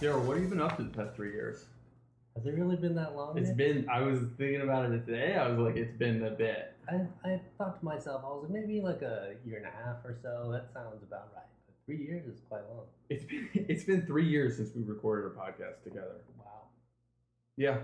Daryl, what have you been up to the past three years? Has it really been that long? It's yet? been. I was thinking about it today. I was like, it's been a bit. I, I thought to myself, I was like, maybe like a year and a half or so. That sounds about right. But three years is quite long. It's been. It's been three years since we recorded a podcast together. Wow. Yeah.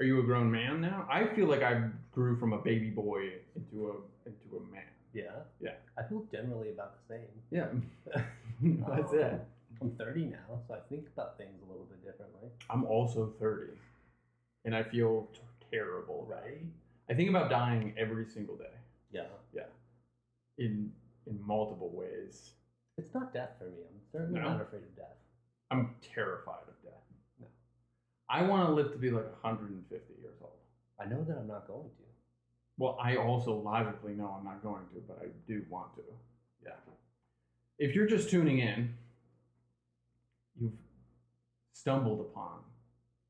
Are you a grown man now? I feel like I grew from a baby boy into a into a man. Yeah. Yeah. I feel generally about the same. Yeah. That's it. I'm 30 now, so I think about things a little bit differently. I'm also 30, and I feel t- terrible. about it. I think about dying every single day Yeah. in in multiple ways. It's not death for me. I'm certainly No? not afraid of death. I'm terrified of death. No. I want to live to be like 150 years old. I know that I'm not going to. Well, I also logically know I'm not going to, but I do want to. Yeah. If you're just tuning in, you've stumbled upon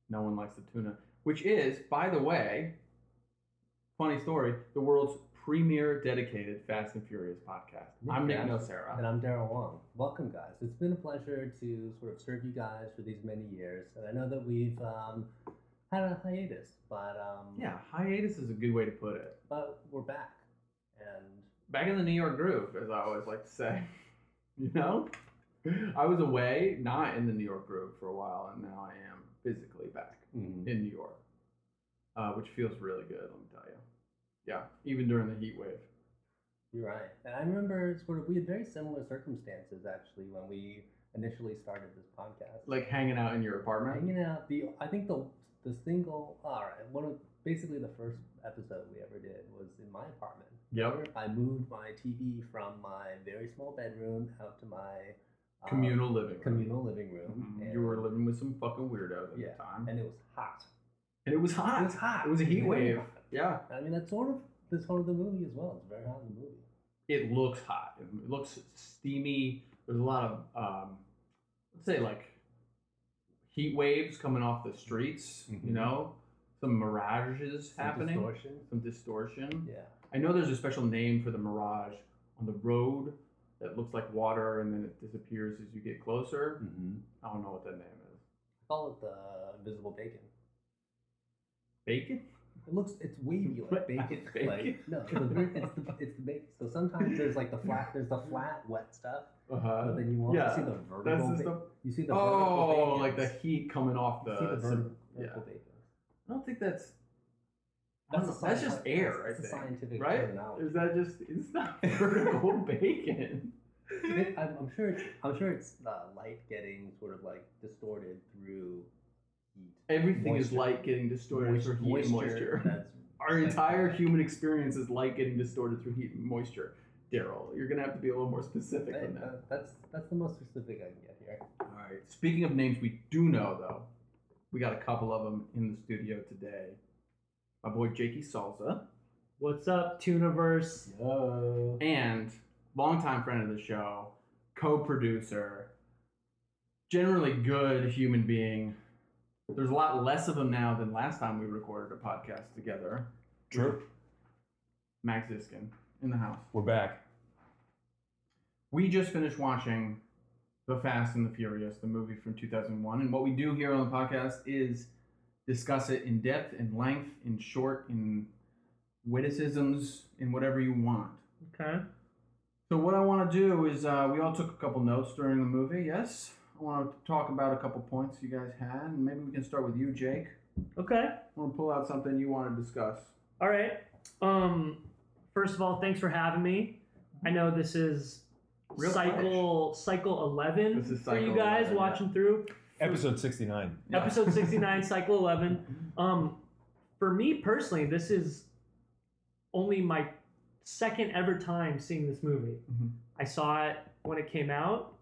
No One Likes the Tuna, which is, by the way, funny story, the world's premier dedicated Fast and Furious podcast. I'm Nick Yeah. And Nocera. I'm Daryl Wong. Welcome, guys. It's been a pleasure to sort of serve you guys for these many years. And I know that we've um, had a hiatus, but um, Yeah, hiatus is a good way to put it. but we're back. And back in the New York groove, as I always like to say. You know, I was away, not in the New York groove for a while, and now I am physically back in New York, uh, which feels really good. Let me tell you. Yeah, even during the heat wave. you're right. And I remember sort of we had very similar circumstances actually when we initially started this podcast. Like hanging out in your apartment. hanging out the I think the the single all right one of basically the first episode we ever did was in my apartment. Yep. I moved my TV from my very small bedroom out to my um, Communal living. room. communal living room. Mhm. You were living with some fucking weirdos at Yeah. the time, and it was hot. and it was hot. It was hot. It was a heat Very wave. hot. Yeah, I mean that's sort of the tone of the movie as well. It's very hot in the movie. it looks hot. It looks steamy. There's a lot of, um, let's say, like heat waves coming off the streets. Mhm. You know, some mirages Some happening, distortion. some distortion. Yeah. I know there's a special name for the mirage on the road that looks like water and then it disappears as you get closer. Mm-hmm. I don't know what that name is. Call it the invisible bacon. Bacon. It looks it's wavy like What? bacon. Bacon? Like, no, it's the, it's the it's the bacon. So sometimes there's like the flat there's the flat wet stuff, Uh, but then you also yeah. see Uh-huh. the that's vertical. just Ba- the you see the oh, vertical like the bacons. heat coming off You the. see the vertical, yeah. vertical bacons. I don't think that's. I That's, don't a know. that's just scientific- air. I That's a think. scientific right? terminology. Is that just it's not vertical bacon? It- I'm, I'm sure it's I'm sure it's uh, light getting sort of like distorted through heat. Everything is Moisture. light getting distorted Moist- through heat and moisture. That's Our entire human experience is light getting distorted through heat and moisture. Daryl, you're gonna have to be a little more specific hey, than that. that- that's that's the most specific I can get here. All right. Speaking of names, we do know though. We got a couple of them in the studio today. My boy Jakey Salza What's up, Tuniverse? Yo. and longtime friend of the show, co-producer, generally good human being. There's a lot less of them now than last time we recorded a podcast together. True. Max Iskin in the house. We're back. We just finished watching The Fast and the Furious, the movie from 2001. And what we do here on the podcast is discuss it in depth, in length, in short, in witticisms, in whatever you want. Okay. So, what I want to do is uh, we all took a couple notes during the movie, yes? I want to talk about a couple points you guys had. And maybe we can start with you, Jake. Okay. I want to pull out something you want to discuss. All right. Um, first of all, thanks for having me. I know this is Real cycle cycle eleven This is for cycle you guys 11, yeah. watching through Episode 69. episode sixty nine, cycle eleven. Um, for me personally, this is only my second ever time seeing this movie. Mhm. I saw it when it came out,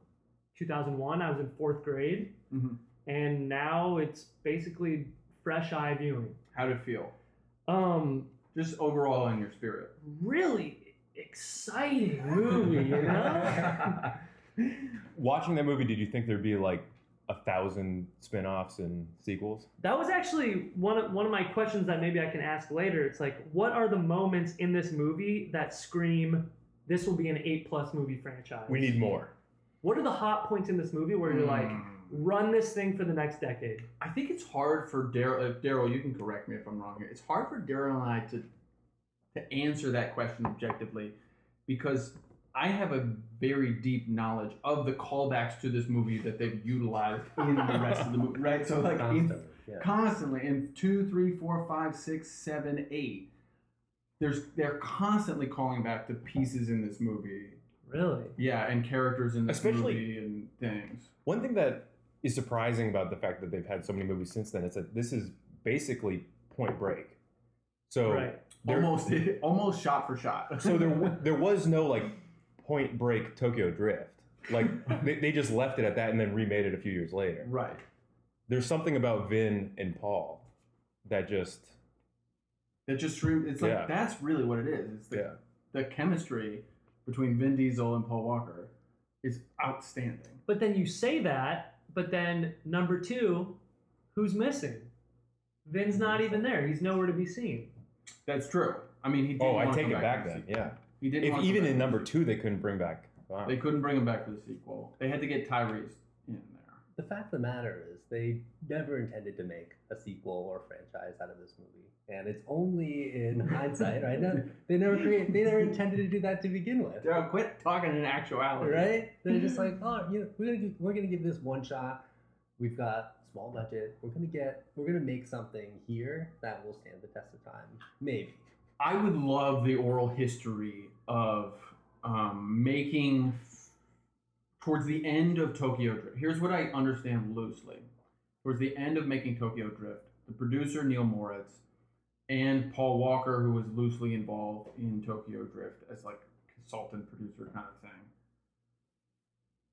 two thousand one. I was in fourth grade, Mhm. and now it's basically fresh eye viewing. How'd it feel? Um, Just overall in your spirit. really exciting movie, you know? Watching that movie, did you think there'd be like a thousand spin offs and sequels? that was actually one of, one of my questions that maybe I can ask later. It's like, what are the moments in this movie that scream, this will be an 8 plus movie franchise? We need more. What are the hot points in this movie where you're like, Mm. um, Run this thing for the next decade. I think it's hard for Daryl. If Daryl, you can correct me if I'm wrong here. It's hard for Daryl and I to to answer that question objectively because I have a very deep knowledge of the callbacks to this movie that they've utilized in the rest of the movie, right? So like in Constantly, yeah. constantly in two, three, four, five, six, seven, eight. There's they're constantly calling back to pieces in this movie. Really? Yeah, and characters in this Especially- movie and things. One thing that is surprising about the fact that they've had so many movies since then is that this is basically Point Break. So Right. there- almost almost shot for shot. so there w- there was no like Point Break Tokyo Drift. Like they, they just left it at that and then remade it a few years later. right. There's something about Vin and Paul that just That just stream it's like Yeah. that's really what it is. It's the Yeah. the chemistry between Vin Diesel and Paul Walker is outstanding. But then you say that, but then number two, who's missing? Vin's not Mm. even there. He's nowhere to be seen. That's true. I mean he did oh I wanna take come it back for the then sequel. yeah. He did If wanna come even back for in the number sequel. two they couldn't bring back. uh, Wow. They couldn't bring him back for the sequel. They had to get Tyrese in there. The fact of the matter is, they never intended to make a sequel or franchise out of this movie, and it's only in hindsight, right? No, they never create, they never intended to do that to begin with, Daryl, quit talking in actuality. right? They're just like, oh, you know, we're gonna do, we're gonna give this one shot. We've got small budget. We're gonna get we're gonna make something here that will stand the test of time, maybe. I would love the oral history of um, making towards the end of Tokyo Drift. Here's what I understand loosely. Towards the end of making Tokyo Drift, the producer Neil Moritz and Paul Walker, who was loosely involved in Tokyo Drift as like consultant producer kind of thing,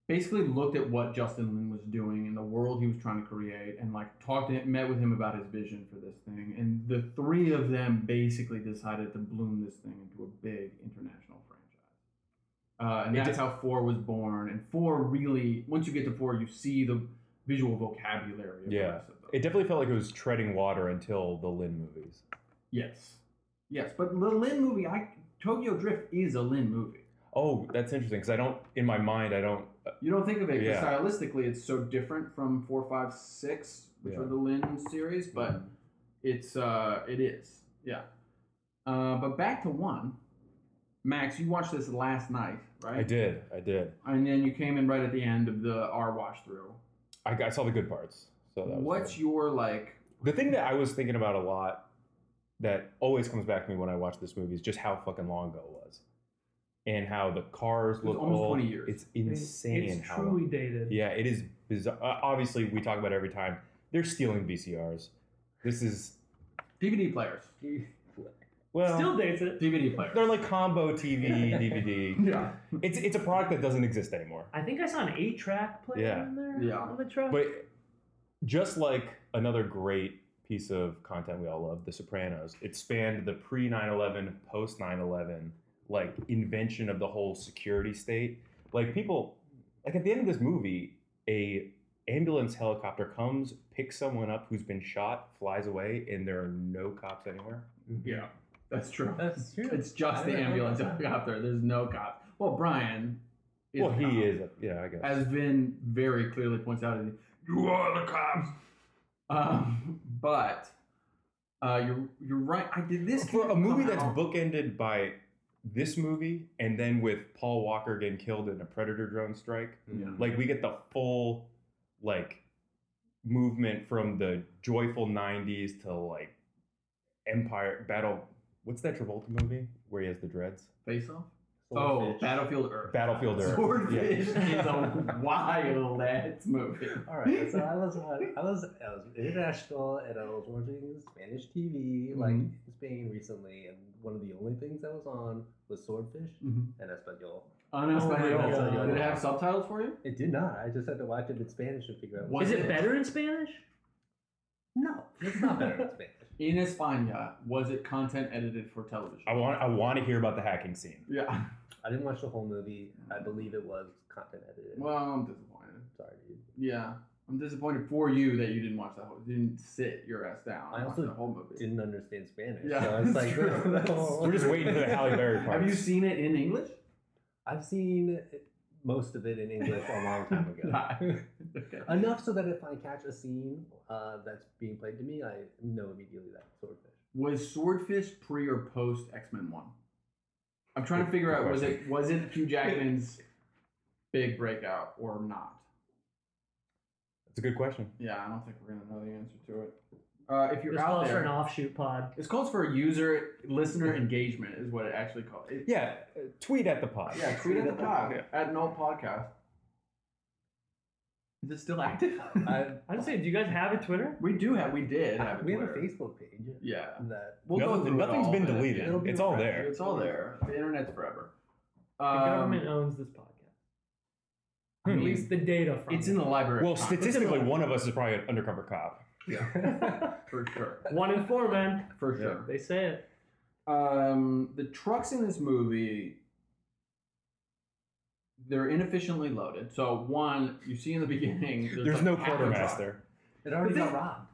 basically looked at what Justin Lin was doing and the world he was trying to create and like talked to him, met with him about his vision for this thing. And the three of them basically decided to bloom this thing into a big international franchise. Uh, and It that's did- how four was born. And four really, once you get to four, you see the visual vocabulary of the Yeah. rest of them. It definitely felt like it was treading water until the Lin movies. Yes. Yes, but the Lin movie, I Tokyo Drift is a Lin movie. Oh, that's interesting because I don't in my mind I don't You don't think of it 'cause Uh, Yeah. stylistically, it's so different from four, five, six, which Yeah. are the Lin series, but it's uh, it is, yeah. Uh, but back to one, Max, you watched this last night, right? I did I did And then you came in right at the end of the R watch through. I, I saw the good parts. So Oh, that was What's good. your like? The thing that I was thinking about a lot that always comes back to me when I watch this movie is just how fucking long ago it was. And how the cars It's look almost old. 20 years. It's It- insane It's how truly dated. Yeah, it is bizarre. Uh, obviously, we talk about it every time. They're stealing VCRs. This is DVD players, well Still dates it. DVD players. they're like combo TV, DVD. yeah, It's it's a product that doesn't exist anymore. I think I saw an eight track player Yeah. in there Yeah. on the truck. But just like another great piece of content we all love, The Sopranos, it spanned the pre 9 11, post 9 11, like invention of the whole security state. Like people, like at the end of this movie, a ambulance helicopter comes, picks someone up who's been shot, flies away, and there are no cops anywhere. yeah, that's true. That's true. It's just I the don't know ambulance about that. helicopter. There's no cops. Well, Brian. Is well, a he cop. is, a, yeah, I guess. As Vin very clearly points out, you are the cops. Um, but uh, you're you're right. I did this for a movie that's somehow. bookended by this movie and then with Paul Walker getting killed in a predator drone strike. Yeah. Like we get the full like movement from the joyful '90s to like Empire Battle. What's that Travolta movie where he has the dreads? Face Off. Oh, Swordfish. Battlefield Earth. Battlefield Earth. Swordfish Yeah. is a wild ass movie. All right, so I was on, I was I was international and I was watching Spanish TV like in Mm-hmm. Spain recently, and one of the only things that was on was Swordfish Mhm. and Espanol. Unexplained. God. Unexplained. Did it have subtitles for you? It did not. I just had to watch it in Spanish to figure out. What? is it better in Spanish? No, it's not better in Spanish. In España, was it content edited for television? I want I want to hear about the hacking scene. Yeah. I didn't watch the whole movie. I believe it was content edited. Well, I'm disappointed. Sorry, dude. Yeah, I'm disappointed for you that you didn't watch that whole. Didn't sit your ass down. I and watch also that whole movie. Didn't understand Spanish. Yeah, so I was that's like, true. That's- We're just waiting for the Halle Berry part. Have you seen it in English? I've seen most of it in English a long time ago. Enough so that if I catch a scene uh, that's being played to me, I know immediately that it's swordfish. Was Swordfish pre or post X Men One? I'm trying to figure out was it was it Hugh Jackman's big breakout or not? That's a good question. Yeah, I don't think we're gonna know the answer to it. Uh, if you're This out calls for there, an offshoot pod. It's called for user listener engagement, is what it actually called. It, Yeah, uh, tweet at the pod. yeah, tweet at the pod Yeah. at no podcast. Is it still active? I, I'd say, do you guys have a Twitter? we do have. We did. Have a we have a Twitter. Facebook page Yeah, that we'll go Nothing- through it nothing's all, been but deleted. it'll be It's all refreshed. there. It's all there. The internet's forever. The Um, government owns this podcast. I Hmm. At mean, least the data from Um, it's in the library. Well, of Congress, statistically, one of us is probably an undercover cop. for sure, one in four, man. for Yeah. sure. They say it. Um, the trucks in this movie, they're inefficiently loaded. So one, you see in the beginning, there's, There's like no half a truck. quartermaster. it already But got they- robbed.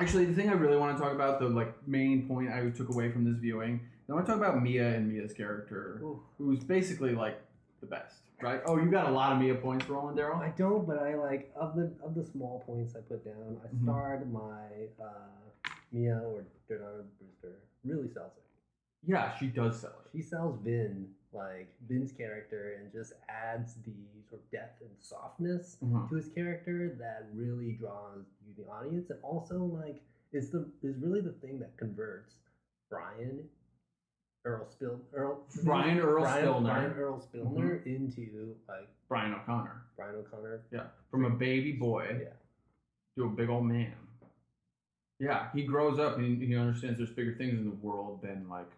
Actually, the thing I really want to talk about, the like main point I took away from this viewing, I want to talk about Mia and Mia's character, Ooh. who's basically like the best, right? Oh, you got a lot of Mia points, Roland Darrell. I don't, but I like of the of the small points I put down. I Mhm. starred my uh, Mia or Bernard Brewster really sells it. Yeah, she does sell it. She sells Vin, like Vin's character, and just adds the sort of depth and softness Mhm. to his character that really draws you the audience, and also like is the is really the thing that converts Brian Earl Spill Earl Brian Earl Mm-hmm. Brian, Spillner. Brian Earl Spillner into like Brian O'Connor, Brian O'Connor. from a baby boy Yeah. to a big old man. Yeah, he grows up and he understands there's bigger things in the world than like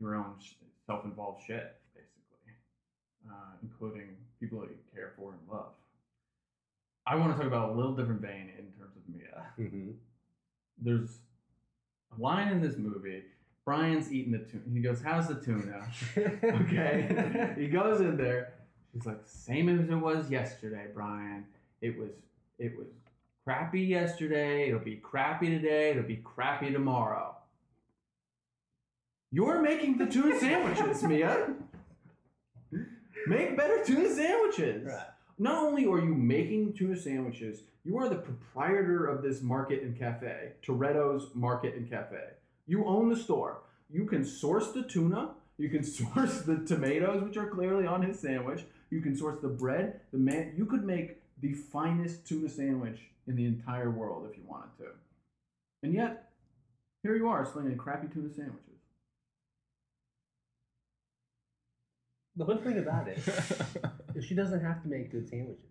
your own sh- self-involved shit, basically, uh, including people that you care for and love. I want to talk about a little different vein in terms of Mia. Mm-hmm. There's a line in this movie. Brian's eating the tuna. He goes, "How's the tuna?" okay. he goes in there. She's like, same as it was yesterday, Brian. It was it was crappy yesterday. It'll be crappy today. It'll be crappy tomorrow. You're making the tuna sandwiches, Mia. Make better tuna sandwiches. Right. Not only are you making tuna sandwiches, you are the proprietor of this market and cafe, Toretto's Market and Cafe. You own the store. You can source the tuna. You can source the tomatoes, which are clearly on his sandwich. You can source the bread. The man, you could make the finest tuna sandwich in the entire world if you wanted to. And yet, here you are slinging crappy tuna sandwiches. The whole thing about it is she doesn't have to make good sandwiches,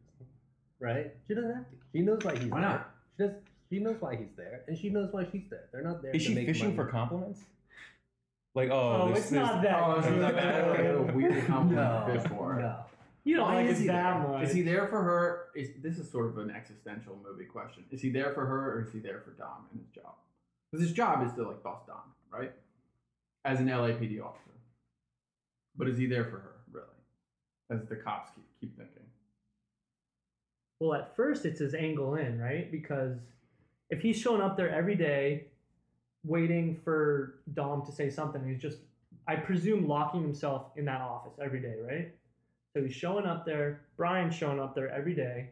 right? She doesn't have to. She knows why he's Why there. not? She does. She knows why he's there, and she knows why she's there. They're not there. Is to she make fishing for money. compliments? Like, oh, this, it's this- not that. Oh, isn't that bad? Okay, a weird compliment to No, fish for. no. You don't Why like is it he that there? much. Is he there for her? Is this is sort of an existential movie question? Is he there for her, or is he there for Dom and his job? Because his job is to like boss Dom, right? As an LAPD officer, but is he there for her really? As the cops keep keep thinking. Well, at first it's his angle in, right? Because if he's showing up there every day waiting for Dom to say something, he's just I presume locking himself in that office every day, right? So he's showing up there, Brian's showing up there every day,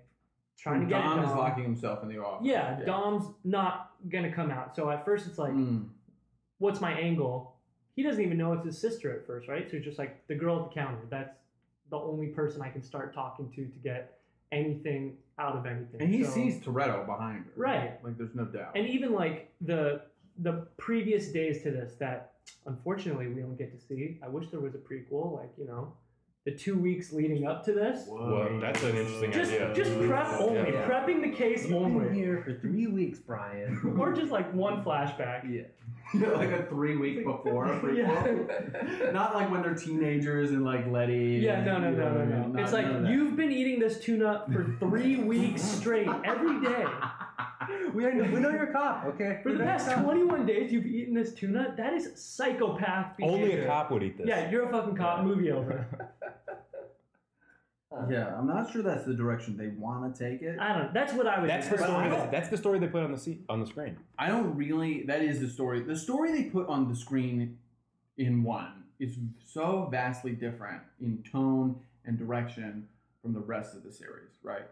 trying to get Dom at is Dom. locking himself in the office. Yeah, Dom's not gonna come out. So at first it's like, Mm. what's my angle? He doesn't even know it's his sister at first, right? So he's just like the girl at the counter. That's the only person I can start talking to to get anything out of anything. and he So- sees Toretto behind her. Right. Like there's no doubt. and even like the the previous days to this that unfortunately we don't get to see i wish there was a prequel like you know the two weeks leading up to this Whoa, that's an interesting just idea. just prep only Yeah. prepping the case You've been only here for three weeks, Brian. or just like one flashback Yeah. like a three week before a prequel. Not like when they're teenagers and like Letty. yeah and- no no you no know, no no not- it's like none of that. you've been eating this tuna for three weeks straight every day we, are, we know you're a cop, okay? for We the know you're a past cop. 21 days you've eaten this tuna that is psychopath behavior. only a cop would eat this. yeah you're a fucking cop Yeah. movie over Uh, Yeah, I'm not sure that's the direction they want to take it. i don't that's what i would That's do the story. personally. That, that's the story they put on the seat on the screen. I don't really. That is the story. The story they put on the screen in one is so vastly different in tone and direction from the rest of the series, right?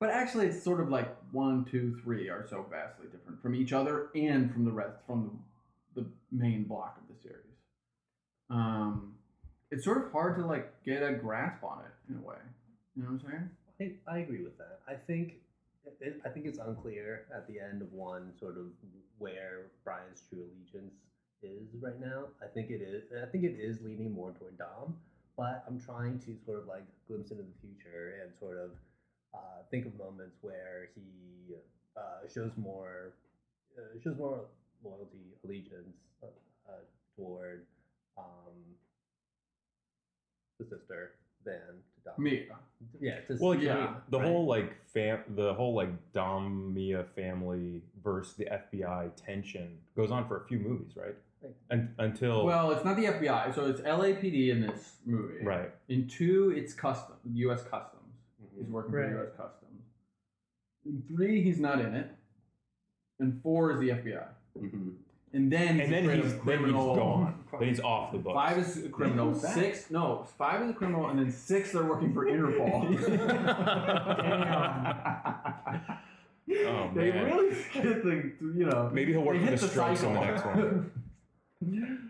But actually, it's sort of like one, two, three are so vastly different from each other and from the rest, from the, the main block of the series. Um, it's sort of hard to like get a grasp on it in a way. You know what I'm saying? I, I agree with that. I think it, I think it's unclear at the end of one sort of where Brian's true allegiance is right now. I think it is. I think it is leaning more toward Dom, but I'm trying to sort of like glimpse into the future and sort of uh, think of moments where he uh, shows more uh, shows more loyalty, allegiance uh, uh, toward um, the sister than to Dom. Me, Yeah. To Well, to yeah, Mia, The right? whole like fam, the whole like Dom Mia family versus the FBI tension goes on for a few movies, right? Right. Un- until Well, it's not the FBI, so it's LAPD in this movie. right, In two, it's custom U.S. Customs. Mhm. He's working for Right. U.S. Customs. In three, he's not in it. And four is the FBI. And then he's and then afraid he's of then he's criminal- gone. then he's off the books. Five is a criminal. Back. Six, no, five is a criminal, and then six they're working for Interpol. Damn. Oh, they man. really hit the, you know. Maybe he'll work they for the hit Strokes on the cycle. next one.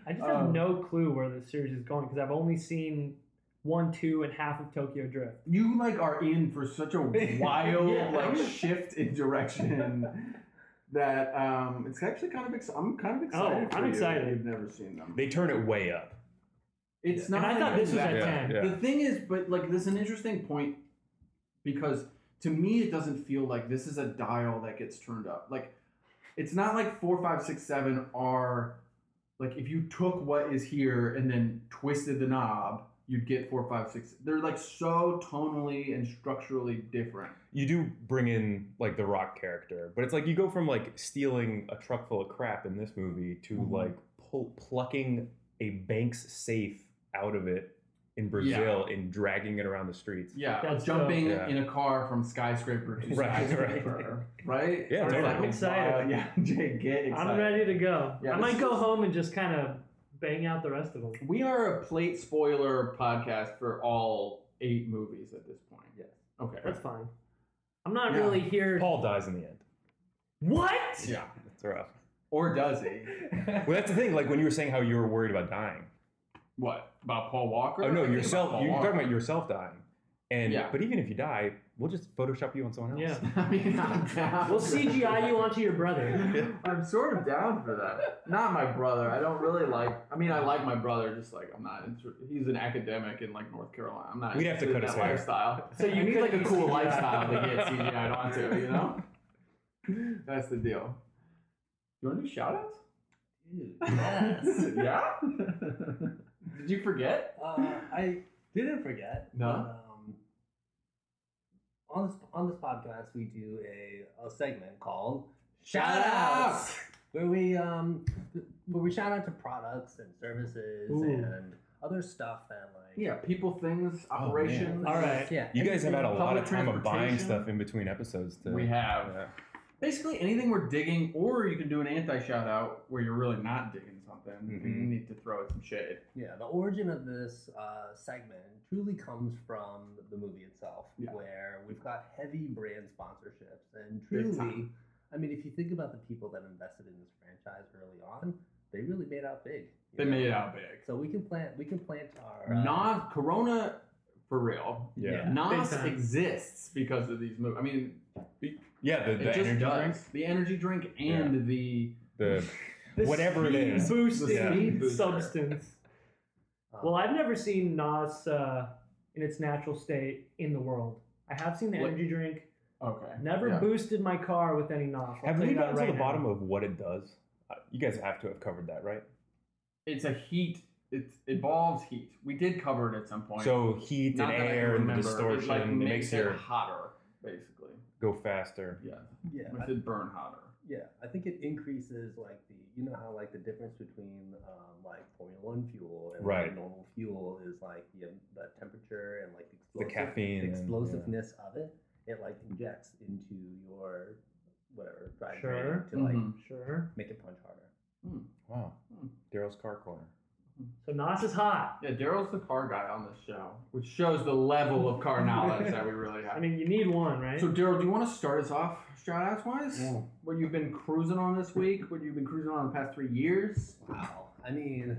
I just have Um, no clue where this series is going because I've only seen one, two, and half of Tokyo Drift. you like are in for such a wild Yeah. like shift in direction that um it's actually kind of ex- I'm kind of excited. Oh, for I'm you. excited. You've never seen them. They turn it way up. it's not. And I thought even this was that at Yeah, ten. yeah. The thing is, but like this is an interesting point because to me it doesn't feel like this is a dial that gets turned up. Like it's not like four, five, six, seven are like if you took what is here and then twisted the knob, you'd get four, five, six. They're like so tonally and structurally different. You do bring in like the rock character, but it's like you go from like stealing a truck full of crap in this movie to Mhm. like pull, plucking a bank's safe out of it in Brazil and dragging it around the streets. Yeah, That's uh, jumping dope. Yeah. in a car from skyscraper to Right, right. skyscraper, right? Yeah, It's totally. like, I'm excited. wow, Yeah, Jake, get excited. I'm ready to go. Yeah, I this might go is- home and just kind of bang out the rest of them. We are a plate spoiler podcast for all eight movies at this point. Yes. Okay. That's fine. I'm not Yeah. really here. Paul dies in the end. What? Yeah. That's rough. Or does he? Well, that's the thing. Like when you were saying how you were worried about dying. What about Paul Walker? Oh no, I think about yourself. Paul You're Walker. talking about yourself dying. And Yeah. but even if you die, we'll just Photoshop you on someone else. Yeah. I mean, I'm down We'll for CGI you onto your brother. that. I'm sort of down for that. Not my brother. I don't really like. I mean, I like my brother. Just like I'm not. Inter- he's an academic in like North Carolina. I'm not. We'd have to interested cut in his that hair. lifestyle. So you you need could like a be cool CGI. lifestyle to get CGI'd onto. You know. That's the deal. You want to do shout outs? Dude, yes. yeah? Did you forget? uh, I didn't forget. No? Um, on this on this podcast, we do a, a segment called Shout Shoutouts, where we um where we shout out to products and services Ooh. and other stuff that like Yeah, people, things, Oh, man. operations. All right. yeah You guys have had a lot of Public time of buying transportation. stuff in between episodes. To, We have. Yeah. Basically, anything we're digging, or you can do an anti shout out where you're really not digging something and you Mhm. need to throw it some shade. Yeah, the origin of this uh, segment truly comes from the movie itself, Yeah. where we've got heavy brand sponsorships. And Big truly, time. I mean, if you think about the people that invested in this franchise early on, they really made out big. you They know? made it out big. So we can plant, we can plant our uh, Nas, Corona, for real. Yeah. Yeah. Nas Big time. exists because of these movies. I mean, Yeah, the, it the just energy does. drink, The energy drink and the the Whatever it speed is. boosting Yeah. Speed booster. substance. um, Well, I've never seen Nas uh, in its natural state in the world. I have seen the What- energy drink. okay. Never Yeah. boosted my car with any Nas. I'll Have tell we you that gotten right to the now. bottom of what it does? Uh, You guys have to have covered that, right? It's a heat. It involves heat. We did cover it at some point. So heat Not and that I can air and the remember. distortion it, like, makes it your hotter, basically. go faster. Yeah, yeah, I- makes it burn hotter. Yeah, I think it increases like the you know how like the difference between um, like Formula One fuel and Right. like, normal fuel is like the, the temperature and like the, The explosive- caffeine and- explosiveness of it. It like injects into your whatever drive Sure. Mm-hmm. to like Mhm. Sure. make it punch harder. Wow, Hmm. Daryl's car corner. So Nas is hot. Yeah, Daryl's the car guy on this show, which shows the level of car knowledge that we really have. I mean, you need one, right? So Daryl, do you want to start us off shout outs wise? What you've been cruising on this week? What you've been cruising on the past three years? Wow. I mean,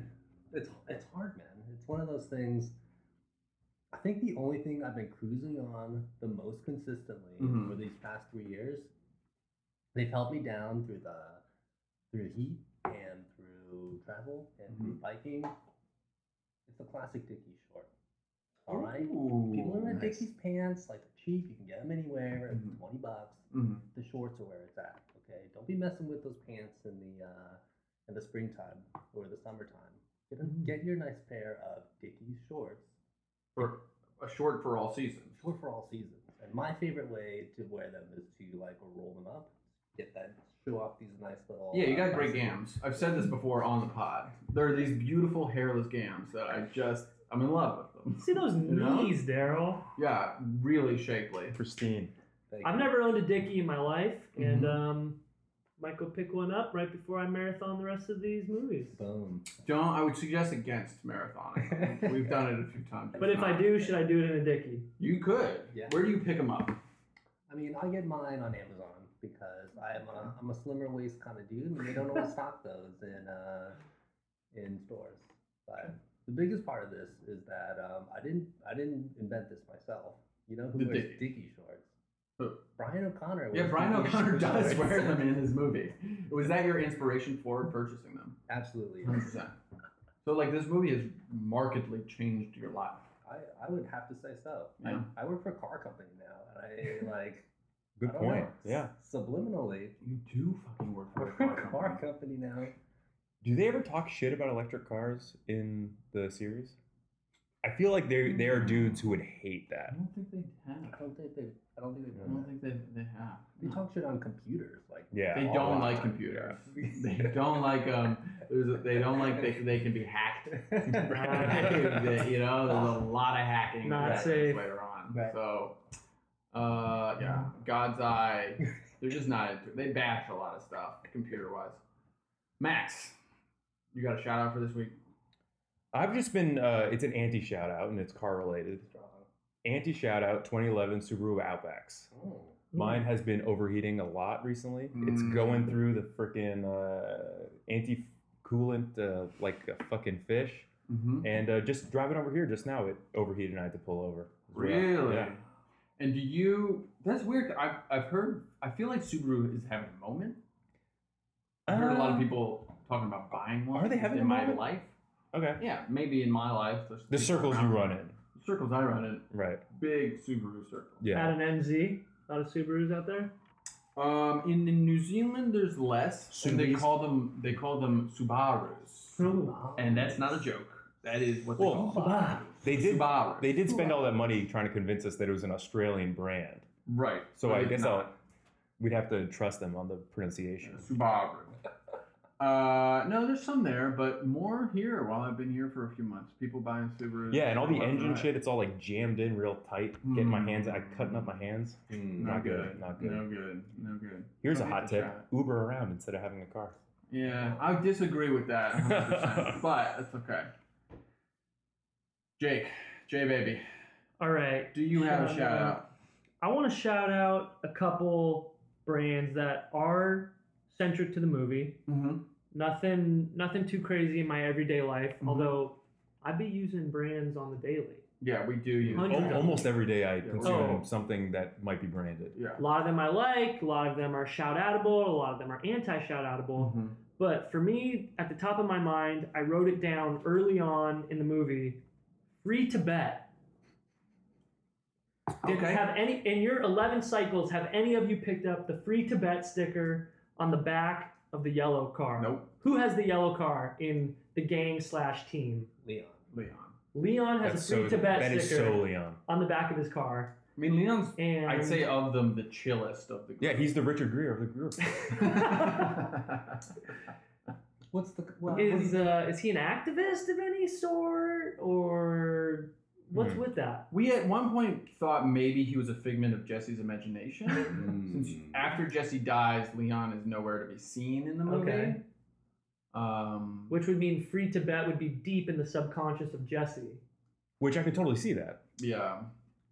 it's it's hard, man. It's one of those things. I think the only thing I've been cruising on the most consistently Mhm. for these past three years, they've held me down through the through heat and through travel and through Mm-hmm. biking. It's the classic Dickie short. All right. Ooh, People are in nice. Dickies pants, like they're cheap. You can get them anywhere. Mhm. Twenty bucks Mhm. the shorts are where it's at. Okay, don't be messing with those pants in the uh, in the springtime or the summertime. Get, a- Mhm. get your nice pair of Dickies shorts, For a short for all seasons. short for all seasons. And my favorite way to wear them is to like roll them up, get that show off these nice little. Yeah, you uh, got great bicycle- gams. I've said this before on the pod. There are these beautiful hairless gams that I just I'm in love with them. See those know? knees, Daryl. Yeah, really shapely. Pristine. Thank I've you. never owned a Dickie in my life, and Mm-hmm. Mhm. um, might go pick one up right before I marathon the rest of these movies. Boom. Don't I would suggest against marathoning. We've done it a few times. But if I do, should I do it in a Dickie? you could. Yeah. Where do you pick them up? I mean, I get mine on Amazon because I'm a, I'm a slimmer waist kind of dude, and they don't always stock those in uh, in stores. But the biggest part of this is that um, I didn't I didn't invent this myself. You know who The wears Dickie. Dickie shorts? Who? Brian O'Connor. Yeah, wears Brian Dickie O'Connor does shorts. wear them in his movie. Was that your inspiration for purchasing them? Absolutely. 100%. So, like, this movie has markedly changed your life. I, I would have to say so. Yeah. I, I work for a car company now, and I like. I Good don't point. know, Yeah. Subliminally, You do fucking work I work for a car company now. Do they ever talk shit about electric cars in the series? I feel like they they are dudes who would hate I that. don't think they have. I don't think they. I don't think they've I done don't that. think they, they have. They No. talk shit on computers, like Yeah. They a don't lot. like computers. Yeah. They don't like um. There's a, they don't like they, they can be hacked. Right. you know, there's a lot of hacking Not that happens safe. later on. Right. So, uh, yeah, God's Eye. They're just not into. They bash a lot of stuff computer wise. Max, you got a shout out for this week. I've just been. Uh, it's an anti shout out, and it's car related. Anti shout out 2011 Subaru Outbacks. Oh. Mine has been overheating a lot recently. It's Mm. going through the freaking uh, anti coolant uh, like a fucking fish. Mm-hmm. And uh, just driving over here just now, it overheated and I had to pull over. It was rough. Really? Yeah. And do you? That's weird. I've I've heard. I feel like Subaru is having a moment. I heard a lot of Uh, people talking about buying one. Are they having in a my moment? life? Ah, Okay. Yeah, maybe in my life. there's people The circles you around- run in. The circles I run in. Right. Big Subaru circle. Yeah. At an MZ, a lot of Subarus out there. Um, in, in New Zealand, there's less, and they Subarus? call them they call them Subarus, and that's not a joke. That is what they Well, call them. They did. Subarus. They did spend all that money trying to convince us that it was an Australian brand. right. So but I it's guess not. I'll, we'd have to trust them on the pronunciation. Subaru. Uh, no, there's some there, but more here. While I've been here for a few months, people buying Subarus. Yeah, and all the left engine right. Mm. shit, it's all like jammed in real tight. Getting my hands, I cutting up my hands. Hmm. Not, Not good. good, not good. No good. No good. Here's a Don't hot hit the tip: track. Uber around instead of having a car. Yeah, I disagree with that, 100%, but that's okay. Jake, J baby, All right. do you have a Shout shout out. out? I want to shout out a couple brands that are centric to the movie. Mm-hmm. Nothing, nothing too crazy in my everyday life. Mhm. Although I'd be using brands on the daily. Yeah, we do use. Hundred. Al- Almost every day, I Yeah. consume Oh. something that might be branded. Yeah. A lot of them I like. A lot of them are shout outable. A lot of them are anti shout outable. Mhm. But for me, at the top of my mind, I wrote it down early on in the movie. Free Tibet. Did Okay. have any in your eleven cycles? Have any of you picked up the Free Tibet sticker on the back of the yellow car? Nope. Who has the yellow car in the gang slash team? Leon. Leon. Leon has That's a Free so. Tibet That is sticker so Leon. on the back of his car, I mean, Leon's. and I'd say of them, the chillest of the. Group. Yeah, he's the Richard Greer of the group. What's the well, what is do you- uh, is he an activist of any sort, or what's Hmm. with that? we at one point thought maybe he was a figment of Jesse's imagination. Mm. Hmm. Since after Jesse dies, Leon is nowhere to be seen in the movie. Okay. Um, which would mean free Tibet would be deep in the subconscious of Jesse. Which I can totally see that. yeah,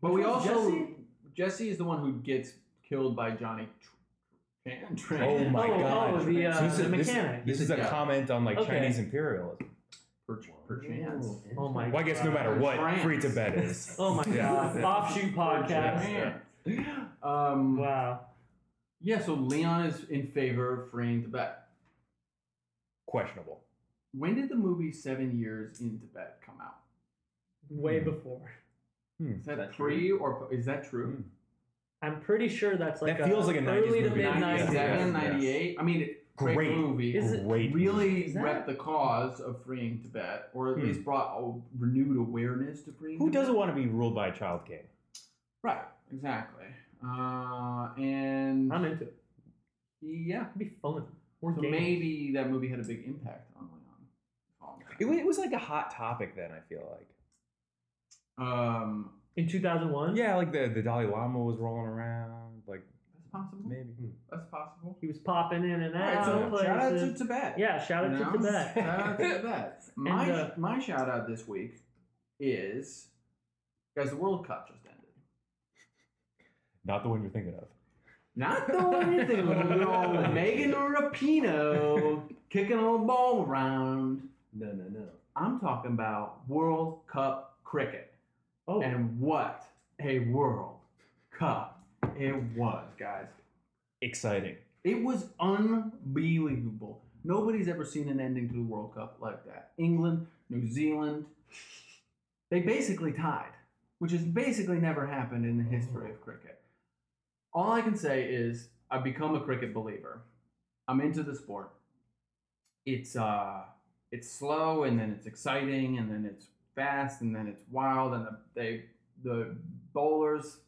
but Which we one's also Jesse? Jesse? is the one who gets killed by Johnny Tr- Tran. Tran. Oh my oh, God. Oh, the, uh, So this the is- this- mechanic. This is a Yeah. comment on like Okay. Chinese imperialism. Per, perchance. Oh my Well, I guess no matter Uh, what, France. free Tibet is. Oh my Yeah. god. Offshoot podcast. Perchance. Um, Wow. Yeah, so Leon is in favor of freeing Tibet. questionable. When did the movie Seven Years in Tibet come out? Way Hmm. before. Is that, That's pre or is that true? I'm pretty sure that's like That a feels like a 90s early to movie. mid 90s. 97, Yeah. 98? I mean, it- great, Great. movie. Is it- Great. really Is that- repped the cause of freeing Tibet, or at Hmm. least brought a renewed awareness to freeing Who Tibet. doesn't want to be ruled by a child king? Right, exactly. Uh, and I'm into it. yeah, It'd be fun. More so games. maybe that movie had a big impact on Leon. It, wa- it was like a hot topic then. I feel like. Um, In 2001? Yeah, like the the Dalai Lama was rolling around. Like that's possible. maybe. That's possible. He was popping in and All out. right, so places. shout out to Tibet. yeah, shout out You to know? Tibet. Shout out to Tibet. My And, uh, my shout out this week is guys. The World Cup just ended. Not the one you're thinking of. Not the one you think of. Good old Megan Rapinoe kicking a little ball around. No, no, no. I'm talking about World Cup cricket Oh, and what a World Cup it was, guys. Exciting. It was unbelievable. Nobody's ever seen an ending to the World Cup like that. England, New Zealand, they basically tied, which has basically never happened in the history of cricket. All I can say is I've become a cricket believer. I'm into the sport. It's uh it's slow and then it's exciting and then it's fast and then it's wild and the, they the bowlers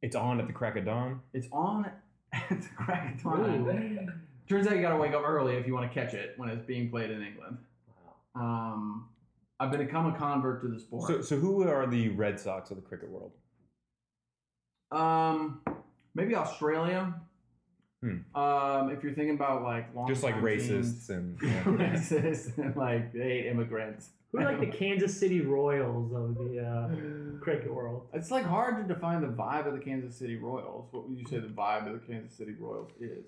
It's on at the crack of dawn. it's on at the crack of dawn. Turns out you gotta wake up early if you want to catch it when it's being played in England. Wow. Um, I've become a convert to the sport. So, so who are the Red Sox of the cricket world? um, maybe Australia. Hmm. Um, if you're thinking about like long Just like racists and yeah. racists, and like they hate immigrants. who are like the Kansas City Royals of the uh, cricket world? It's like hard to define the vibe of the Kansas City Royals. What would you say the vibe of the Kansas City Royals is?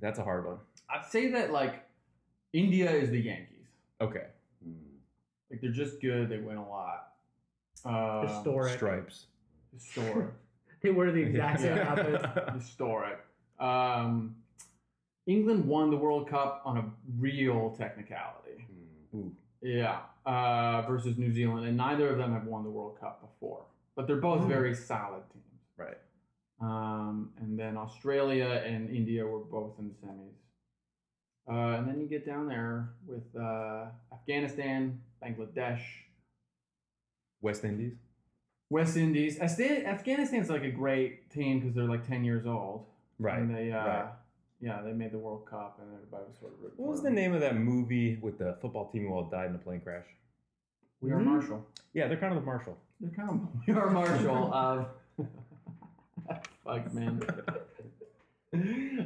that's a hard one. I'd say that like India is the Yankees. Okay, Hmm. Like they're just good. They win a lot. Uh, Historic. stripes. Historic. They wear the exact same outfits. historic. Um, England won the World Cup on a real technicality. Hmm. Ooh. Yeah. Uh, versus New Zealand, and neither of them have won the World Cup before, but they're both Hmm. very solid teams. Right. Um, and then Australia and India were both in the semis. Uh, and then you get down there with uh, Afghanistan, Bangladesh, West Indies. West Indies. Afghan- Afghanistan's like a great team because they're like ten years old. Right. And they, uh, right. yeah, they made the World Cup, and everybody was sort of rooting What was for the them. name of that movie with the football team who all died in a plane crash? We are Hmm? Marshall. Yeah, they're kind of the Marshall. They're kind of we are Marshall of. Fuck man.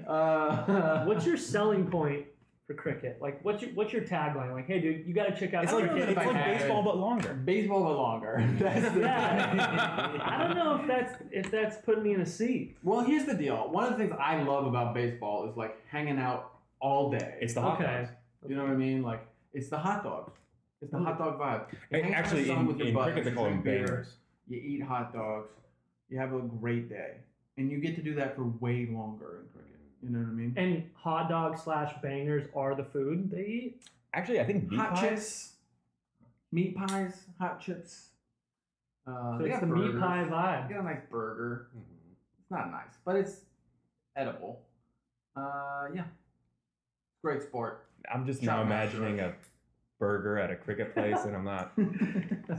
Uh, What's your selling point for cricket? Like, what's your what's your tagline? Like, hey, dude, you got to check out It's don't like, know cricket. if it's I like had it. baseball but longer. baseball but longer? That's the Yeah. I don't know if that's if that's putting me in a seat. Well, here's the deal. One of the things I love about baseball is like hanging out all day. It's the hot Okay. dogs. you know what I mean? Like it's the hot dogs. It's the hot dog vibe. You hang out in the Actually, sun with in, your in buds, cricket they call them drink beer. bangers. you eat hot dogs, you have a great day, and you get to do that for way longer in cricket. You know what I mean? And hot dog slash bangers are the food they eat. Actually, I think meat hot pies. chips, meat pies, hot chips. Uh, So they it's got the meat burgers. pie They vibe. got a nice burger. Hmm. It's not nice, but it's edible. Uh, yeah, great sport. I'm just Shot now mash, imagining a burger at a cricket place, and I'm not.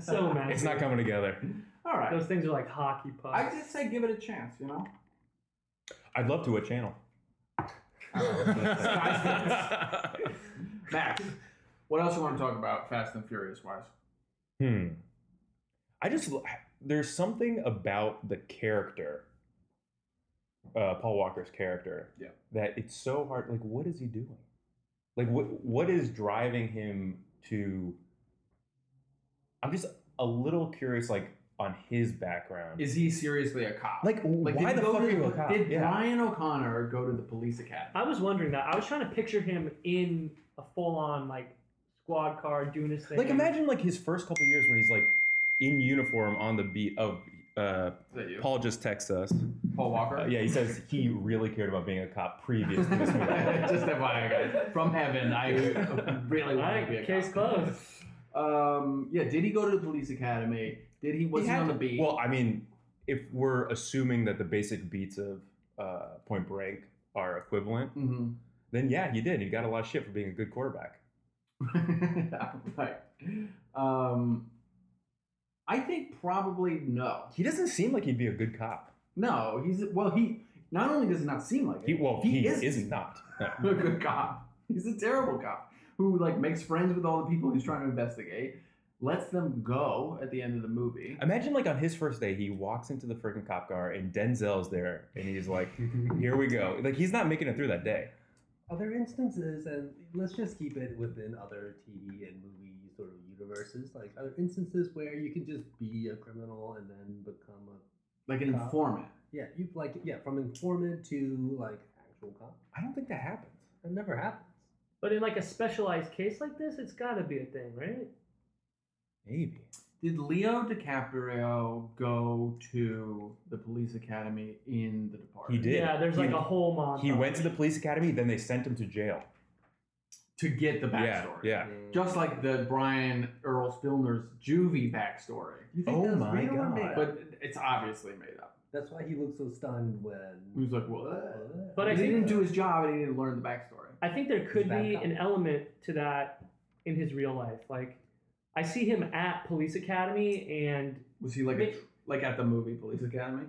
So mad. It's not coming together. All right, Those things are like hockey pucks. I just say give it a chance. You know, I'd love to. What channel? Oh, Max. What else you want to talk about, Fast and Furious wise? Hmm. I just there's something about the character, uh, Paul Walker's character, Yeah. that it's so hard. Like, what is he doing? Like what what is driving him to I'm just a little curious like on his background. Is he seriously a cop? like, why did he the go fuck are to- you a cop? Did yeah. Brian O'Connor go to the police academy? I was wondering that. I was trying to picture him in a full-on like squad car doing his thing. Like imagine like his first couple years when he's like in uniform on the beat of uh, Is that you? Paul, Paul just texts us. Walker? Uh, yeah, he says he really cared about being a cop previous to this movie. Just FYI, guys. From heaven, I really All want to right, be a case cop. closed. Um, yeah, did he go to the police academy? Did he was he, had on to- the beat? Well, I mean, if we're assuming that the basic beats of uh, Point Break are equivalent, hmm then yeah, he did. He got a lot of shit for being a good quarterback. right. Um, I think probably no. He doesn't seem like he'd be a good cop. No, he's well. He not only does not seem like He it, well, he, is, isn't not. No. a good cop. He's a terrible cop who like makes friends with all the people he's trying to investigate, lets them go at the end of the movie. Imagine like on his first day, he walks into the freaking cop car and Denzel's there, and he's like, "Here we go." Like he's not making it through that day. Are there instances, and let's just keep it within other TV and movie sort of universes, like are there instances where you can just be a criminal and then become a Like an Cop. informant. yeah, you like yeah from informant to like actual cop? I don't think that happens. That never happens. But in like a specialized case like this, it's got to be a thing, right? Maybe. Did Leo DiCaprio go to the police academy in The Departed? He did. Yeah, there's like He- a whole montage. He went to the police academy, then they sent him to jail. to get the Yeah, backstory. yeah. Just like the Brian Earl Spilner's juvie backstory, You think Oh that's my real or made God. up? but it's obviously made up. that's why he looked so stunned when He was like, "What?" But I he think- didn't do his job, and he didn't learn the backstory. I think there could He's be back up. an element to that in his real life. Like, I see him at police academy, and Was he like a, Nick- like at the movie Police Academy?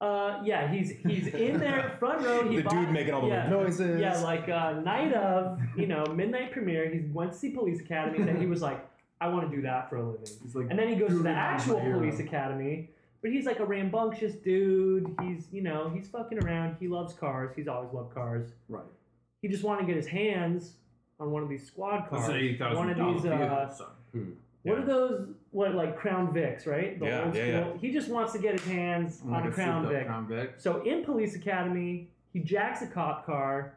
uh, yeah, he's he's in there front row. He the dude bought- making all the yeah, noises. Yeah, like uh, night of, you know, midnight premiere. He went to see police academy, and then he was like, I want to do that for a living. He's like, And then he goes to Dude, the I'm a actual hero. police academy, but he's like a rambunctious dude. He's, you know, he's fucking around. He loves cars. He's always loved cars. right. He just wanted to get his hands on one of these squad cars. one of these, uh, what Yeah. are those? What like Crown Vics, right? Yeah, yeah, yeah. He just wants to get his hands on a Crown Vic. So in police academy, he jacks a cop car.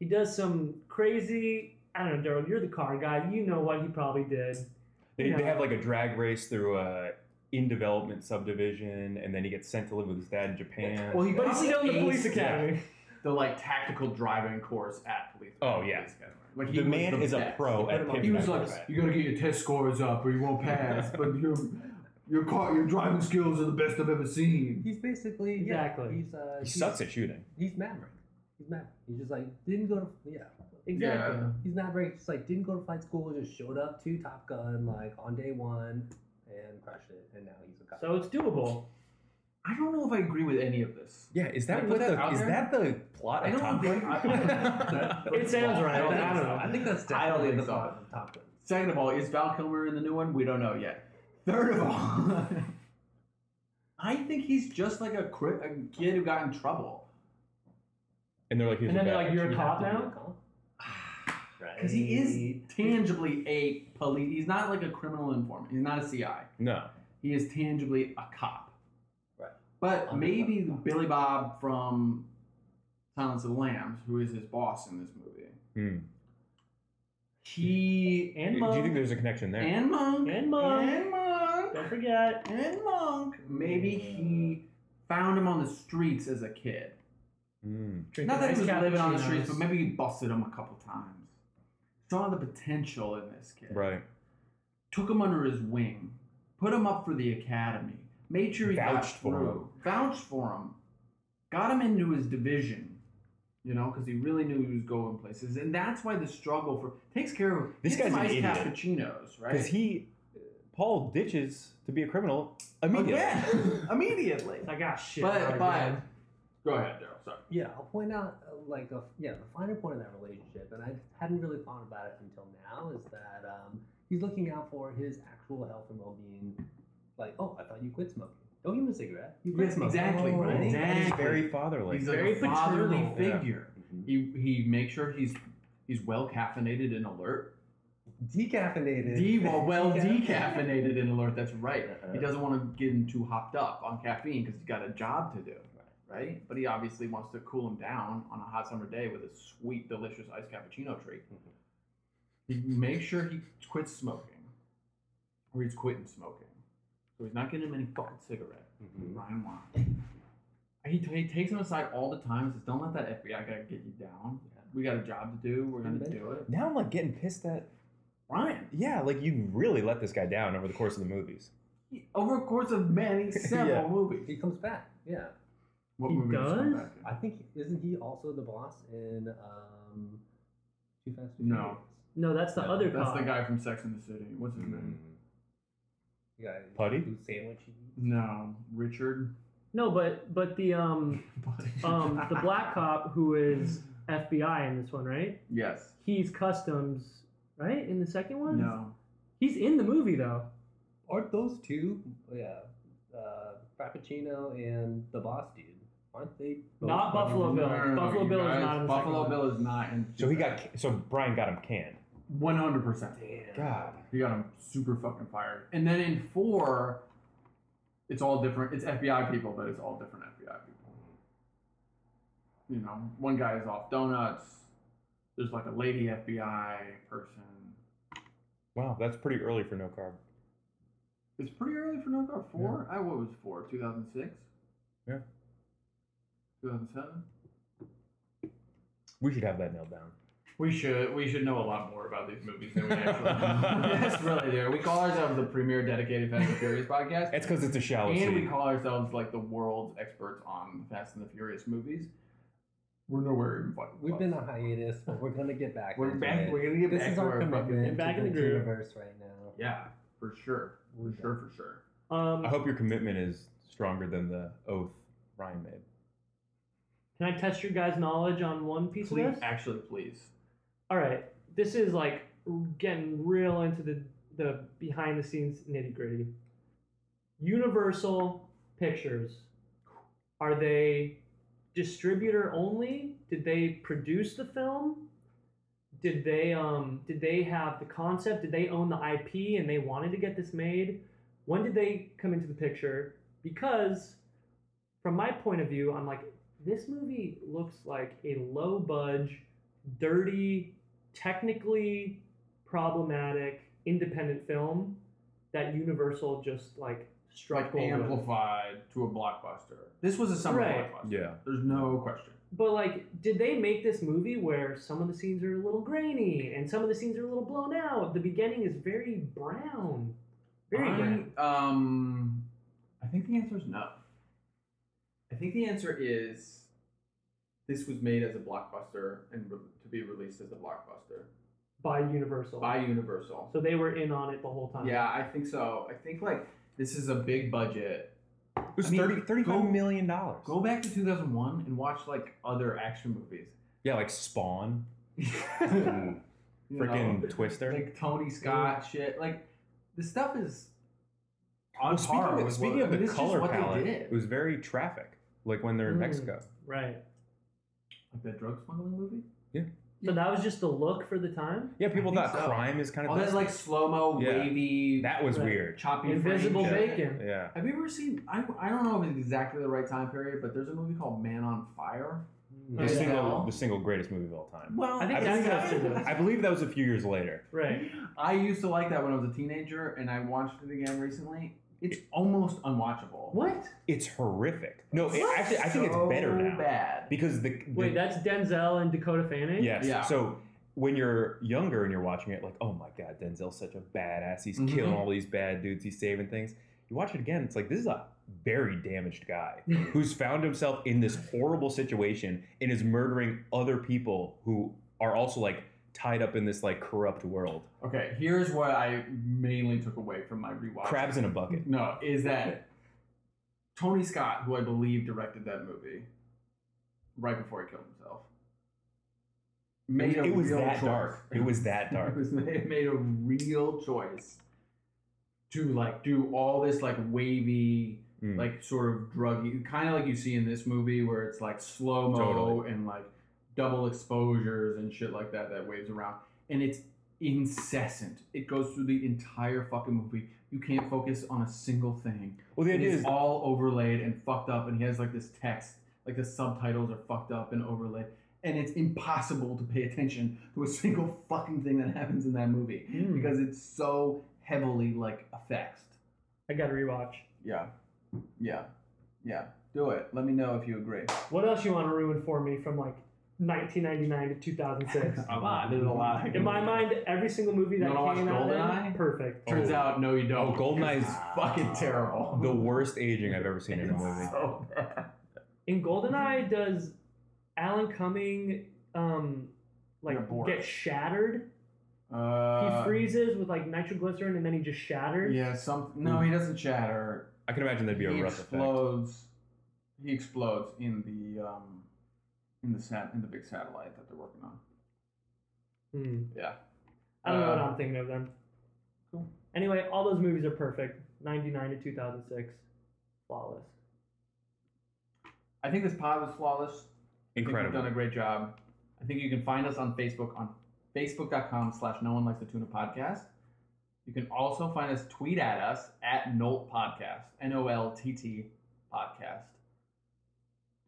He does some crazy. I don't know, Daryl. You're the car guy. You know what he probably did. They, Yeah. they have like a drag race through a in development subdivision, and then he gets sent to live with his dad in Japan. Well, he But he's probably still in the police aced academy. The like tactical driving course at police. Oh, yeah. Police Academy. Like the was man the is a best. pro He put at him on- pit He was like, vipers. you gotta get your test scores up, or you won't pass. but your your car, your driving skills are the best I've ever seen. He's basically yeah, Exactly. He's uh, he he's- sucks at shooting. He's Maverick. He's Maverick. He's just like didn't go to yeah. Exactly. Yeah. He's Maverick. Just like didn't go to flight school. Just showed up to Top Gun like on day one and crushed it. And now he's a cop. So it's doable. I don't know if I agree with any of this. Yeah, is that Can I put what that the- out is there? that the plot I don't think- I- I- It sounds right. I don't I don't think so. know. I think that's I don't definitely think the so. plot of Top Gun. Second of all, is Val Kilmer in the new one? We don't know yet. Third of all, I think he's just like a, cri- a kid who got in trouble. and they're like, he's And then they're like, you're a You cop have to be now. a cop, right? Because he is tangibly a police. He's not like a criminal informant. He's not a CI. no. He is tangibly a cop. Right. But Undercover maybe cop. Billy Bob from Silence of the Lambs, who is his boss in this movie, Hmm. he And Do you Monk. think there's a connection there? and Monk And Monk. and Monk Don't forget. and Monk. Maybe he found him on the streets as a kid. Hmm. drinking Not that he was iced living on the cappuccinos. streets, but maybe he busted him a couple times. Saw the potential in this kid. Right. Took him under his wing. Put him up for the academy. Made sure he Vouched got for through. Vouched for him. Got him into his division. You know, because he really knew he was going places, and that's why the struggle for takes care of This gets guy's some an iced idiot. cappuccinos, right? Because he, Paul ditches to be a criminal immediately. Again, immediately. I got shit. But but again. go ahead, Daryl. Sorry. Yeah, I'll point out uh, like a, yeah the finer point of that relationship, and I hadn't really thought about it until now, is that um, he's looking out for his actual health and well-being. Like, oh, I thought you quit smoking. Don't give him a cigarette. You quit Yes, smoking. exactly, Oh, And right. he's Exactly. very fatherly. He's like Very a fatherly paternal. figure. Mhm. He he makes sure he's He's well caffeinated and alert. Decaffeinated. De- well, well decaffeinated and alert. That's right. Uh-huh. He doesn't want to get him too hopped up on caffeine because he's got a job to do, right? But he obviously wants to cool him down on a hot summer day with a sweet, delicious iced cappuccino treat. He makes sure he quits smoking, or he's quitting smoking. So he's not getting him any fucking cigarette. Mhm. Ryan Wan. He, he takes him aside all the time and says, "Don't let that FBI guy get you down. We got a job to do. We're gonna do it." Now I'm like getting pissed at. Ryan, Yeah, like you really let this guy down over the course of the movies. he- over the course of many several Yeah. movies, He comes back. Yeah. what He movie does he come does? back in? I think isn't he also the boss in um, Too Fast? Too No. No, that's the Yeah, other That's cop. the guy from Sex and the City. What's his Mm-hmm. name? Furious? The guy Putty? who sandwich he eats. No, Richard. No, but but the um um the black cop who is FBI in this one, right? Yes. He's customs, right? In the second one? No. He's in the movie though. Aren't those two? Yeah, uh, Frappuccino and the boss dude. Aren't they? both Not from- Buffalo Bill. No, no, no, Buffalo you Bill is guys, not in the Buffalo second Bill is not in. So he got so Brian got him canned. one hundred percent. Damn. God. He got him super fucking fired. And then in four, it's all different. It's FBI people, but it's all different FBI people. You know, one guy is off donuts. There's like a lady FBI person. Wow, that's pretty early for no carb. It's pretty early for No Guard Four. I what was four? Two thousand six. Yeah. Two thousand seven. We should have that nailed down. We should we should know a lot more about these movies than we actually. know. That's really there. We call ourselves the premier dedicated Fast and Furious podcast. It's because it's a shallow and we sea. call ourselves like the world's experts on Fast and the Furious movies. We're nowhere even fucking. We've close. been on hiatus, but we're gonna get back. We're into back. It. We're gonna get This back is to our our commitment fucking. to Back in the the groove. universe right now. Yeah, for sure. For sure. For sure. Um I hope your commitment is stronger than the oath Brian made. can I test your guys' knowledge on one piece of Please, this? actually, please. All right, this is like getting real into the the behind the scenes nitty gritty. Universal Pictures, are they distributor only? Did they produce the film? Did they um did they have the concept? Did they own the IP and they wanted to get this made? When did they come into the picture? Because from my point of view, I'm like this movie looks like a low budge dirty, technically problematic independent film that Universal just like struck Like gold with. amplified to a blockbuster. This was a summer Right. blockbuster. Yeah. There's no question. But like, did they make this movie where some of the scenes are a little grainy and some of the scenes are a little blown out? The beginning is very brown, very brown. I'm- um, I think the answer is no. I think the answer is this was made as a blockbuster and re- to be released as a blockbuster by Universal. by Universal. so uh, they were in on it the whole time. Yeah, I think so. I think like this is a big budget. It was I mean, 30, go- $35 million dollars. Go back to 2001 and watch like other action movies. Yeah, like Spawn, You Mm. freaking know, Twister. like Tony Scott shit. Like the stuff is on Well, speaking par of, with speaking what, of the this is just color what they palette, did. it was very traffic. Like when they're in Mm. Mexico. Right. like that drug smuggling movie. So that was just the look for the time. Yeah, people I think thought so. crime is kind of All that like slow mo, Yeah. wavy, that was Right. weird. choppy, Invisible frame shit. bacon. Yeah. Have you ever seen? I, I don't know if it's exactly the right time period, but there's a movie called Man on Fire. The Yeah. single, the single greatest movie of all time. Well, I think I that's believe, got to do that, I believe that was a few years later. Right. I used to like that when I was a teenager, and I watched it again recently. It's almost unwatchable. What? It's horrific. No, it, actually, I think So it's better now Bad. because the, the Wait, that's Denzel and Dakota Fanning. yes. Yeah. So when you're younger and you're watching it, like, oh my god, Denzel's such a badass. He's Mhm. killing all these bad dudes. He's saving things. You watch it again. It's like this is a very damaged guy who's found himself in this horrible situation and is murdering other people who are also like tied up in this like corrupt world. Okay, here's what I mainly took away from my rewatch. Crabs in a bucket. No, is that Tony Scott, who I believe directed that movie, right before he killed himself, made a it was real that choice. dark. It was that It dark. was it made a real choice to like do all this like wavy, Mm. like sort of druggy, kind of like you see in this movie where it's like slow mo Totally. and like double exposures and shit like that that waves around, and it's incessant. It goes through the entire fucking movie. You can't focus on a single thing. Well, the It idea is is all overlaid and fucked up, and he has like this text, like the subtitles are fucked up and overlaid, and it's impossible to pay attention to a single fucking thing that happens in that movie because it's so heavily like effects. I gotta rewatch. Yeah, yeah, yeah. Do it. Let me know if you agree. What else you want to ruin for me from like 1999 to 2006? A lot. There's a lot. In my mind, every single movie You that wanna came watch out then, GoldenEye? perfect. Turns Oh. out, no, you don't. Ah. Oh, GoldenEye is It's fucking terrible. the worst aging I've ever seen in a movie. So bad. In GoldenEye, does Alan Cumming um like Get bored. get shattered? Uh, he freezes with like nitroglycerin and then he just shatters. Yeah, some. No, he doesn't shatter. I can imagine that'd be a he rough effect. explodes. He explodes in the um, in the sat in the big satellite that they're working on. Hmm. Yeah. I don't know what Uh, I'm thinking of them. cool. Anyway, all those movies are perfect. 99 to 2006, flawless. I think this pod was flawless. I think you've Incredible. done a great job. I think you can find us on Facebook on facebook.com slash no one likes the tuna podcast. You can also find us tweet at us at Nolt Podcast, N O L T T podcast.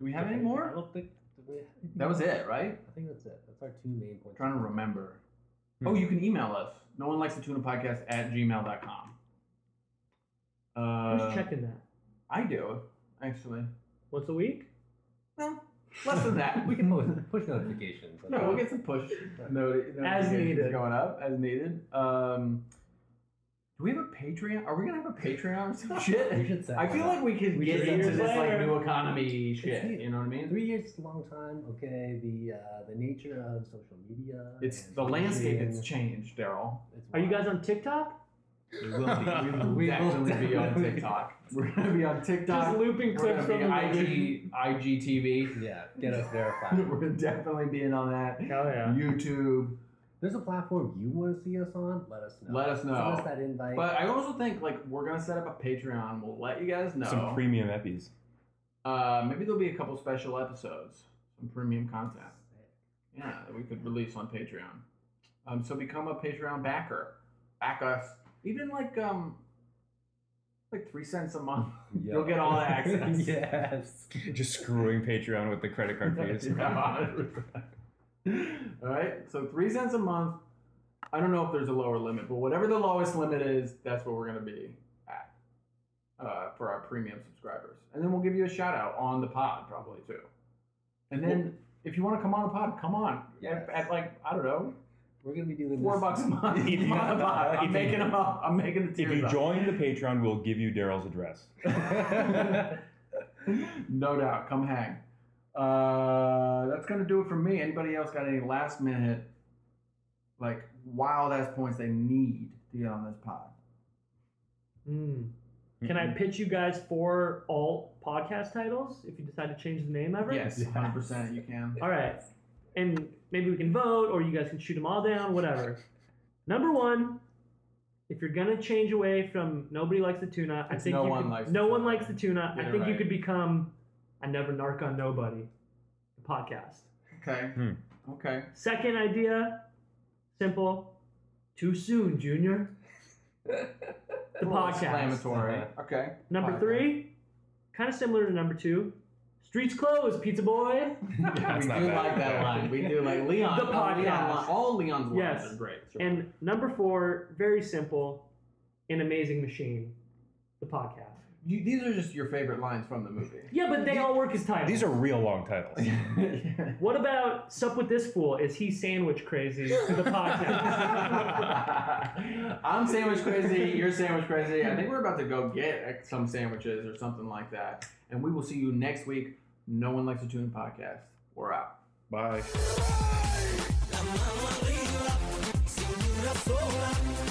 Do we have any I more? don't think That was it, right? I think that's it. That's our two main points. trying to remember. Hmm. Oh, you can email us. No one likes the tuna podcast at gmail.com. Uh, Who's checking that? I do, actually. Once a week? No, less than that. We can push, push notifications. No, we'll get some push noti- notifications needed. going up as needed. Um, do we have a Patreon? Are we gonna have a Patreon or some We shit? should set I feel one up. like we could We get should into years this like later. new economy shit. neat. You know what I mean? three years is a long time. Okay, the uh, the nature of social media. It's and the landscape and that's changed, Daryl. it's Are you guys wild. on TikTok? We will be. We will We'll we will definitely be on definitely- TikTok. We're gonna be on Just TikTok. looping We're clips from the gonna be movie. IG IGTV. Yeah, get us verified. We're definitely being on that. Hell yeah. YouTube. There's a platform you want to see us on. Let us know. Let us know. Send us that invite. But I also think like we're gonna set up a Patreon. We'll let you guys know. Some premium epis. Uh, maybe there'll be a couple special episodes, some premium content. Yeah, that we could release on Patreon. Um, so become a Patreon backer, back us. Even like um, like three cents a month. Yeah. You'll get all the access. yes. Just screwing Patreon with the credit card fees. Yeah. all right, so three cents a month. I don't know if there's a lower limit, but whatever the lowest limit is, that's what we're gonna be at uh, for our premium subscribers, and then we'll give you a shout out on the pod probably too. And then if you want to come on the pod, come on. At, Yes. at like I don't know, We're gonna be doing four this. bucks a month. If Come on you- the pod. if I'm you- making them up. I'm making the If tiers you up. join the Patreon, we'll give you Daryl's address. no doubt. Come hang. Uh, that's gonna do it for me. Anybody else got any last minute, like wild ass points they need to get on this pod? Mm-hmm. Mm. Can I pitch you guys four alt podcast titles if you decide to change the name ever? Yes, Yes. hundred percent. You can. All right. And maybe we can vote or you guys can shoot them all down, whatever. Number one, if you're going to change away from nobody likes the tuna, I It's think no you one could, likes no the one tuna. likes the tuna. I You're think you right. could become I never narc on nobody the podcast. Okay. Hmm. Okay. Second idea, simple. Too soon, Junior. The A little podcast. Exclamatory. Okay. Number Podcast. three, kind of similar to number two. Streets closed, pizza boy. we That's do not bad. like that line. We do like Leon. The all Leon podcast. li- all Leon's lines Yes. are great. And number four, very simple, an amazing machine, the podcast. you, these are just your favorite lines from the movie. Yeah, but they all work as titles. These are real long titles. What about sup with this fool? Is he sandwich crazy? The podcast. I'm sandwich crazy. You're sandwich crazy. I think we're about to go get like, some sandwiches or something like that. And we will see you next week. No one likes to tune in podcast. We're out. Bye. La mamá baila, sin ni una sola.